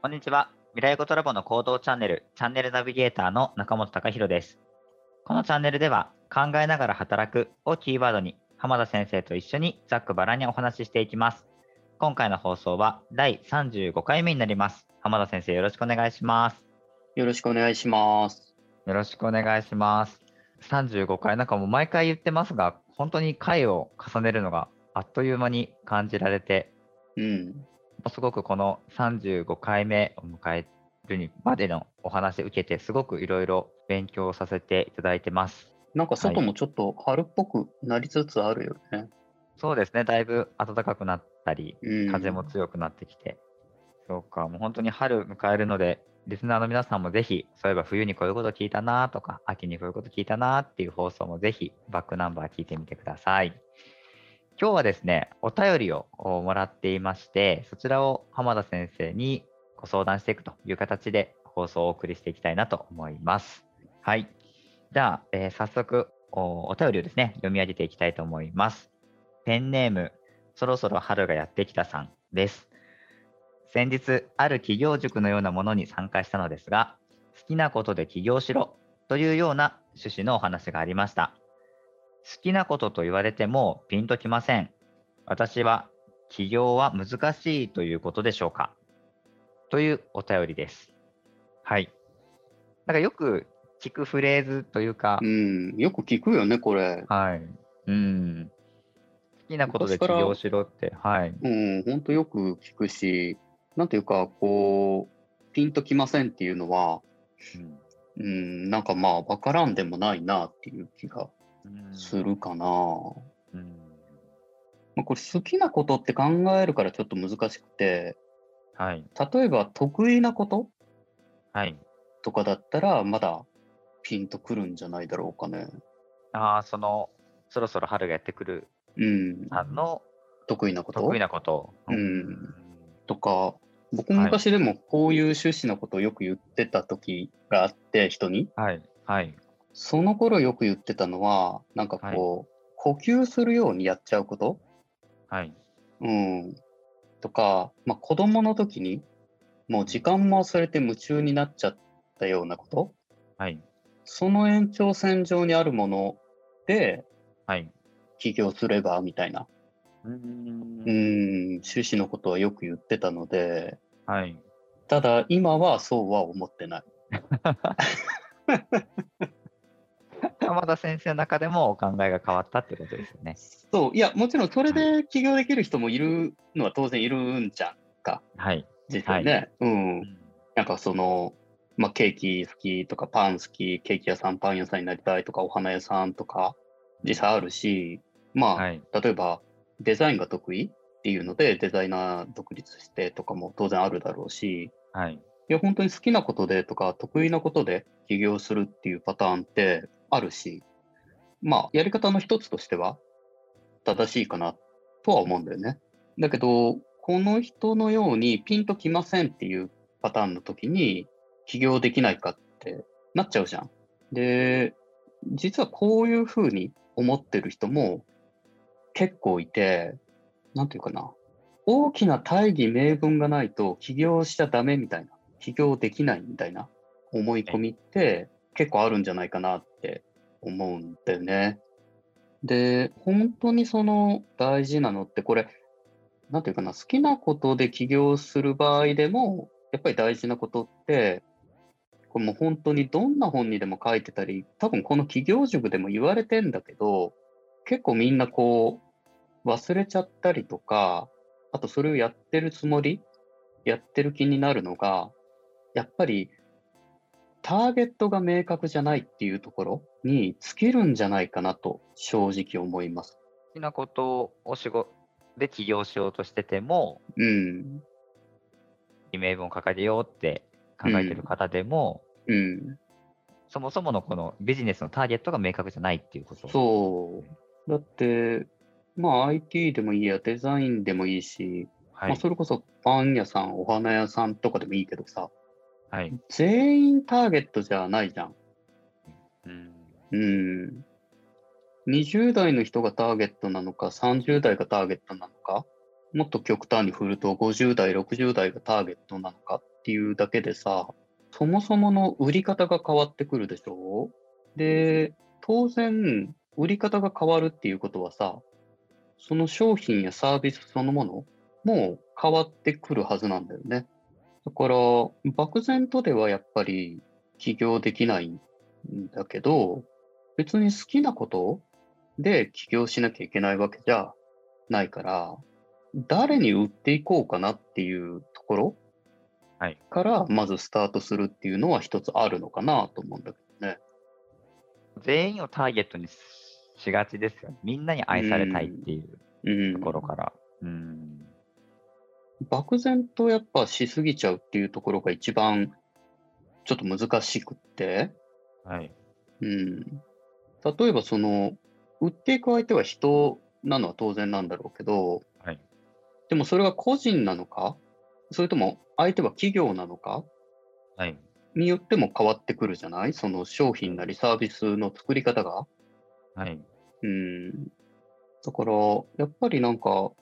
こんにちは。未来ことラボの行動チャンネル、チャンネルナビゲーターの中本隆弘です。このチャンネルでは、考えながら働くをキーワードに、浜田先生と一緒にざっくばらんにお話ししていきます。今回の放送は第35回目になります。浜田先生、よろしくお願いします。よろしくお願いします。よろしくお願いします。35回、なんかもう毎回言ってますが、本当に回を重ねるのがあっという間に感じられて、うん。すごくこの35回目を迎えるにまでのお話を受けて、すごくいろいろ勉強させていただいてます。なんか外もちょっと春っぽくなりつつあるよね。そうですね、だいぶ暖かくなったり、うん。風も強くなってきて、そうか、もう本当に春迎えるので、リスナーの皆さんもぜひ、そういえば冬にこういうこと聞いたなとか、秋にこういうこと聞いたなっていう放送もぜひ、バックナンバー聞いてみてください。今日はですね、お便りをおもらっていまして、そちらを浜田先生にご相談していくという形で放送をお送りしていきたいなと思います。はい。じゃあ、えー早速お、お便りをですね、読み上げていきたいと思います。ペンネーム、そろそろ春がやってきたさんです。先日、ある企業塾のようなものに参加したのですが、好きなことで起業しろというような趣旨のお話がありました。好きなことと言われてもピンときません。私は起業は難しいということでしょうかというお便りです。はい。なんかよく聞くフレーズというかう、ん。よく聞くよね、これ。はい。うん。好きなことで起業しろって、はい。うん。ほんとよく聞くし、なんていうか、こう、ピンときませんっていうのは、うんうん、なんかまあ、わからんでもないなっていう気がするかな。うん。まあ、これ、好きなことって考えるからちょっと難しくて、はい。例えば得意なことはい。とかだったら、まだピンとくるんじゃないだろうかね。ああ、その、そろそろ春がやってくるうん。さんの得意なこと得意なこと。うんとか、僕も昔でもこういう趣旨のことをよく言ってた時があって、人に。はい。はい。その頃よく言ってたのは、なんかこう、呼吸するようにやっちゃうこと、はい。うん、とか、まあ、子供の時に、もう時間も忘れて夢中になっちゃったようなことはい。その延長線上にあるものではい。起業すれば、みたいな。うんうん、趣旨のことはよく言ってたので、はい。ただ今はそうは思ってない。浜田先生の中でもお考えが変わったってことですよね。そう、いや、もちろんそれで起業できる人もいるのは当然いるんじゃん、はい。実際ね。うん。なんかその、まあ、ケーキ好きとかパン好き、ケーキ屋さん、パン屋さんになりたいとか、お花屋さんとか、実際あるし、まあ、はい。例えばデザインが得意っていうので、デザイナー独立してとかも当然あるだろうし、はい。いや、本当に好きなことでとか、得意なことで起業するっていうパターンってあるし、まあ、やり方の一つとしては正しいかなとは思うんだよね。だけど、この人のようにピンときませんっていうパターンの時に起業できないかってなっちゃうじゃん。で、実はこういうふうに思ってる人も結構いて、なんていうかな。大きな大義名分がないと起業しちゃダメみたいな。起業できないみたいな思い込みって結構あるんじゃないかなって思うんだよね。で、本当にその大事なのってこれ、なんていうかな、好きなことで起業する場合でも、やっぱり大事なことって、これもう本当にどんな本にでも書いてたり、多分この起業塾でも言われてんだけど、結構みんなこう、忘れちゃったりとか、あとそれをやってるつもりやってる気になるのが、やっぱりターゲットが明確じゃないっていうところに尽きるんじゃないかなと正直思います。好きなことを仕事で起業しようとしてても、うん。イメージを掲げようって考えてる方でも、うん。そもそものこのビジネスのターゲットが明確じゃないっていうこと。う。そう。だって、まあ IT でもいいや、デザインでもいいし、はまい。あそれこそパン屋さん、お花屋さんとかでもいいけどさ、はい。全員ターゲットじゃないじゃん。うんうん。 20代の人がターゲットなのか、30代がターゲットなのか、もっと極端に振ると50代、60代がターゲットなのかっていうだけでさ、そもそもの売り方が変わってくるでしょで、当然、売り方が変わるっていうことはさ、その商品やサービスそのものも変わってくるはずなんだよね。だから、漠然とではやっぱり起業できないんだけど、別に好きなことで起業しなきゃいけないわけじゃないから、誰に売っていこうかなっていうところはいから、まずスタートするっていうのは一つあるのかなと思うんだけどね。全員をターゲットにしがちですよね。みんなに愛されたいっていううんところから。うん。漠然とやっぱしすぎちゃうっていうところが一番ちょっと難しくって、はい。うん、例えばその売っていく相手は人なのは当然なんだろうけど、はいでもそれが個人なのかそれとも相手は企業なのかはい。によっても変わってくるじゃないその商品なりサービスの作り方が。はい。うん、だからやっぱりなんか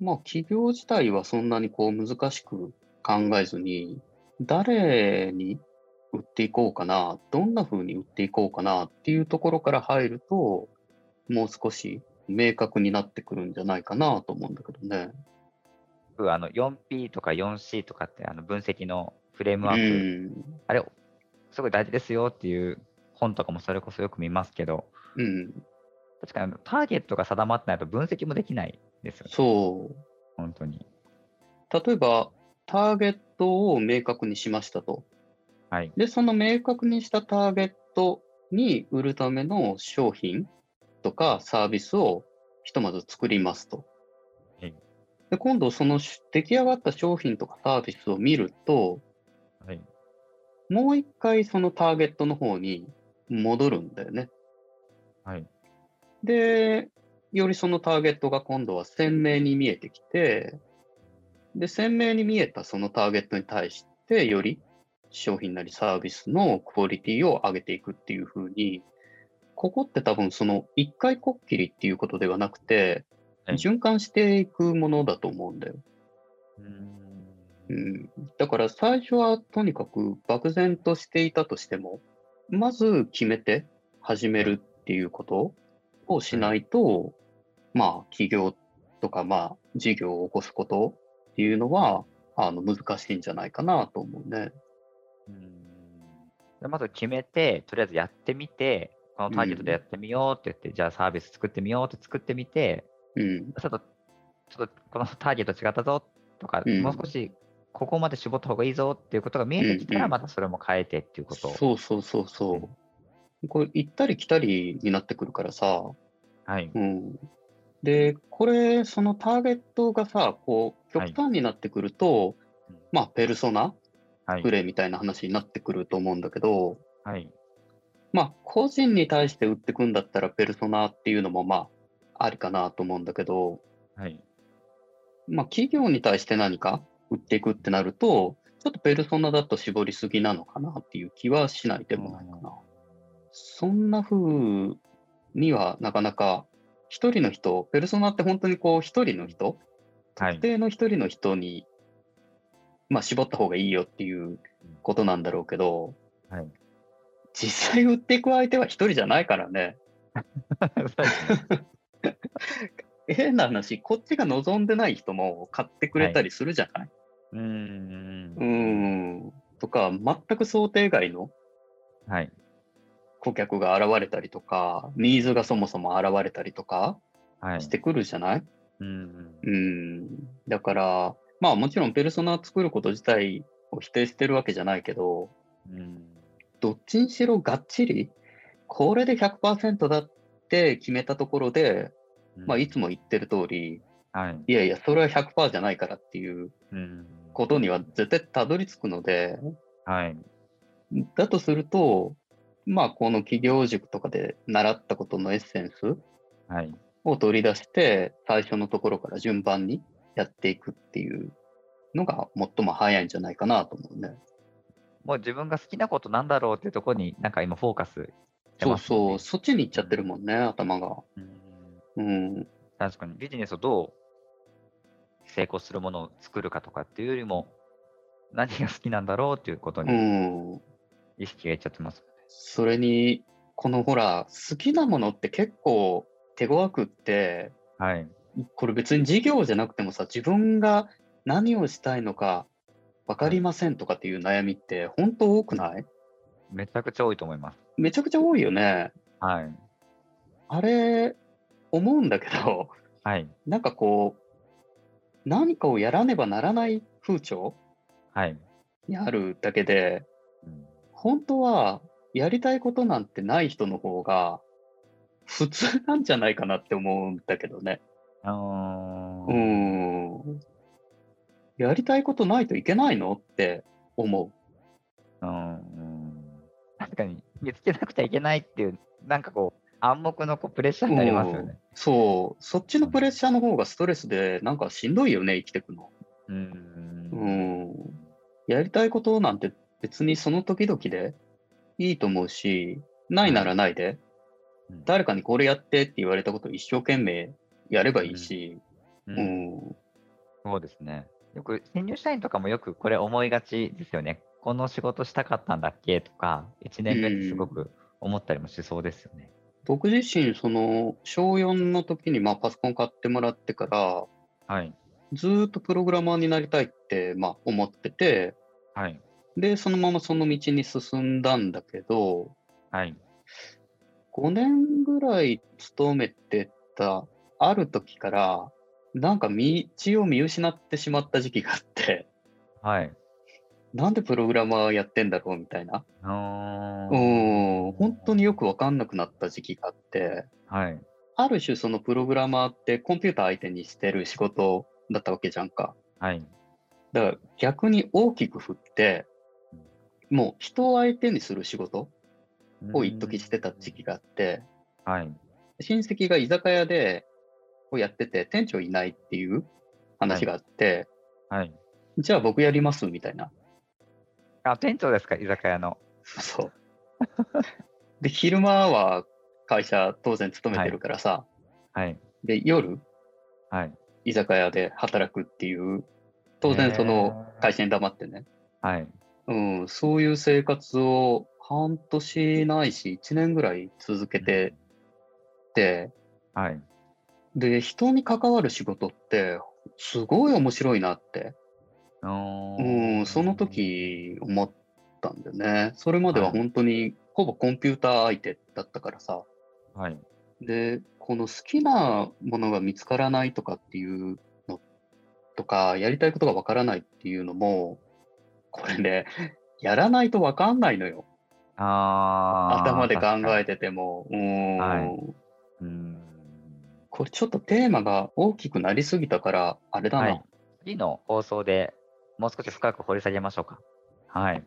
まあ企業自体はそんなにこう難しく考えずに誰に売っていこうかなどんな風に売っていこうかなっていうところから入るともう少し明確になってくるんじゃないかなと思うんだけどね。僕あの 4P とか 4C とかってあの分析のフレームうワーク、ん、あれ、すごい大事ですよっていう本とかもそれこそよく見ますけど、うん、確かにあのターゲットが定まってないと分析もできないですよね、そう本当に。例えばターゲットを明確にしましたと。はい。で、その明確にしたターゲットに売るための商品とかサービスをひとまず作りますとはい。で、今度そのし出来上がった商品とかサービスを見ると、はい。もう一回そのターゲットの方に戻るんだよね。はい。で、よりそのターゲットが今度は鮮明に見えてきて、で、鮮明に見えたそのターゲットに対して、より商品なりサービスのクオリティを上げていくっていう風に、ここって多分その一回こっきりっていうことではなくて、はい循環していくものだと思うんだよ。うん、だから最初はとにかく漠然としていたとしても、まず決めて始めるっていうことをしないと、まあ起業とかまあ事業を起こすことっていうのはあの難しいんじゃないかなと思うね。でまず決めて、とりあえずやってみて、このターゲットでやってみようって言って、じゃあサービス作ってみようって作ってみて、うん、ちょっと、ちょっとこのターゲット違ったぞとか、うんもう少しここまで絞った方がいいぞっていうことが見えてきたうんうら、んまたそれも変えてっていうことを。そうそうそうそう。これ行ったり来たりになってくるからさ、はい。うん、で、これ、そのターゲットがさ、こう、は極い端になってくると、うんまあ、ペルソナ、はいプ。レイみたいな話になってくると思うんだけど、はい。まあ、個人に対して売ってくんだったら、ペルソナっていうのも、まあ、ありかなと思うんだけど、はい。まあ、企業に対して何か売っていくってなると、ちょっとペルソナだと絞りすぎなのかなっていう気はしないでもないかな。そんな風にはなかなか、一人の人、ペルソナって本当にこう、一人の人はい特。定の一人の人に、まあ、絞った方がいいよっていうことなんだろうけど、はい実際売っていく相手は一人じゃないからね。 そうですね変な話、こっちが望んでない人も買ってくれたりするじゃない、うーん。うーん。とか、全く想定外のはい。顧客が現れたりとか、ニーズがそもそも現れたりとかはい。してくるじゃない、うん。うん。だから、まあもちろんペルソナ作ること自体を否定してるわけじゃないけど、うん。どっちにしろがっちり、これで100%だって決めたところで、まあ、いつも言ってる通り、はい。いやいや、それは100%じゃないからっていううん。ことには絶対たどり着くので、はい。だとすると、まあ、この企業塾とかで習ったことのエッセンスはい。を取り出して、最初のところから順番にやっていくっていうのが最も早いんじゃないかなと思うね。もう自分が好きなことなんだろうっていうところに、なんか今フォーカスてそうますもんそねう、そっちに行っちゃってるもんね、頭が。うんうん。確かにビジネスをどう成功するものを作るかとかっていうよりも何が好きなんだろうっていうことうにん。意識がいっちゃってます。それに、このほら、好きなものって結構手強くって、はい。これ別に事業じゃなくてもさ、自分が何をしたいのか分かりませんとかっていう悩みって本当多くないめちゃくちゃ多いと思います。めちゃくちゃ多いよね。はい。あれ、思うんだけど、 はい。なんかこう、何かをやらねばならない風潮はい。にあるだけで、うん本当はやりたいことなんてない人の方が普通なんじゃないかなって思うんだけどね。あのうーん。やりたいことないといけないのって思うーん。確かに見つけなくちゃいけないっていう、なんかこう、暗黙のこうプレッシャーになりますよね。う。そう。そっちのプレッシャーの方がストレスでなんかしんどいよね、生きてくの。うーんう。ん。やりたいことなんて別にその時々でいいと思うし、ないならないで、うん誰かにこれやってって言われたこと一生懸命やればいいし、うんうん。そうですね。よく新入社員とかもよくこれ思いがちですよね。この仕事したかったんだっけとか、1年目ですごく思ったりもしそうですよね。僕自身、その小4の時にまあパソコン買ってもらってから、はい。ずーっとプログラマーになりたいってまあ思ってて、はい。で、そのままその道に進んだんだけど、はい。 5年ぐらい勤めてたある時から、なんか道を見失ってしまった時期があって、はい。なんでプログラマーやってんだろうみたいな。うー。うんん、本当によくわかんなくなった時期があって、はい。ある種そのプログラマーってコンピューター相手にしてる仕事だったわけじゃんか。はい。だから逆に大きく振って、もう人を相手にする仕事を一時してた時期があって、はい。親戚が居酒屋でをやってて、店長いないっていう話があって、はい。じゃあ僕やりますみたいな。 あ、店長ですか、居酒屋の。そう。で、昼間は会社当然勤めてるからさ、はい。で、夜はい。居酒屋で働くっていう、当然そのへー会社に黙ってね。はい。うん、そういう生活を半年ないし、1年ぐらい続けてて、はい。で、人に関わる仕事って、すごい面白いなって、うーんうん、その。時思ったんだよね。それまでははい本当に、ほぼコンピューター相手だったからさ。はい。で、この好きなものが見つからないとかっていうのとか、やりたいことがわからないっていうのも、これね、やらないとわかんないのよ。あー頭で考確えかてても、うーん、はいにうーん。これちょっとテーマが大きくなりすぎたから、あれだな、はい。次の放送でもう少し深く掘り下げましょうか。はい。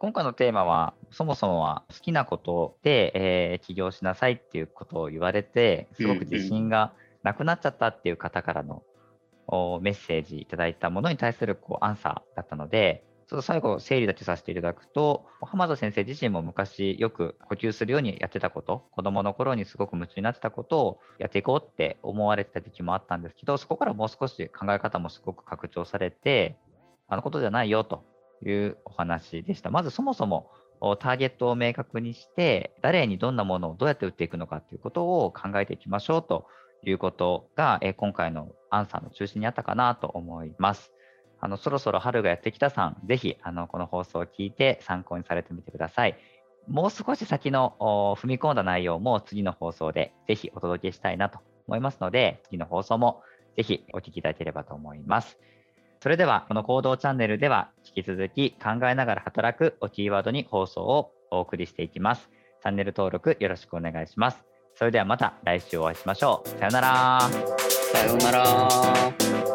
今回のテーマは、そもそもは好きなことで、えー起業しなさいっていうことを言われて、すごく自信がなくなっちゃったっていう方からの、おメッセージいただいたものに対するこうアンサーだったので、ちょっと最後整理だけさせていただくと、浜田先生自身も昔よく呼吸するようにやってたこと、子供の頃にすごく夢中になってたことをやっていこうって思われてた時期もあったんですけど、そこからもう少し考え方もすごく拡張されて、あのことじゃないよというお話でした。まずそもそもおターゲットを明確にして、誰にどんなものをどうやって打っていくのかということを考えていきましょうということが、えー今回のアンサーの中心にあったかなと思います。あのそろそろ春がやってきたさん、ぜひあのこの放送を聞いて参考にされてみてください。もう少し先のお踏み込んだ内容も次の放送でぜひお届けしたいなと思いますので、次の放送もぜひお聞きいただければと思います。それでは、この行動チャンネルでは、引き続き考えながら働くをキーワードに放送をお送りしていきます。チャンネル登録よろしくお願いします。それではまた来週お会いしましょう。さようなら。さようなら。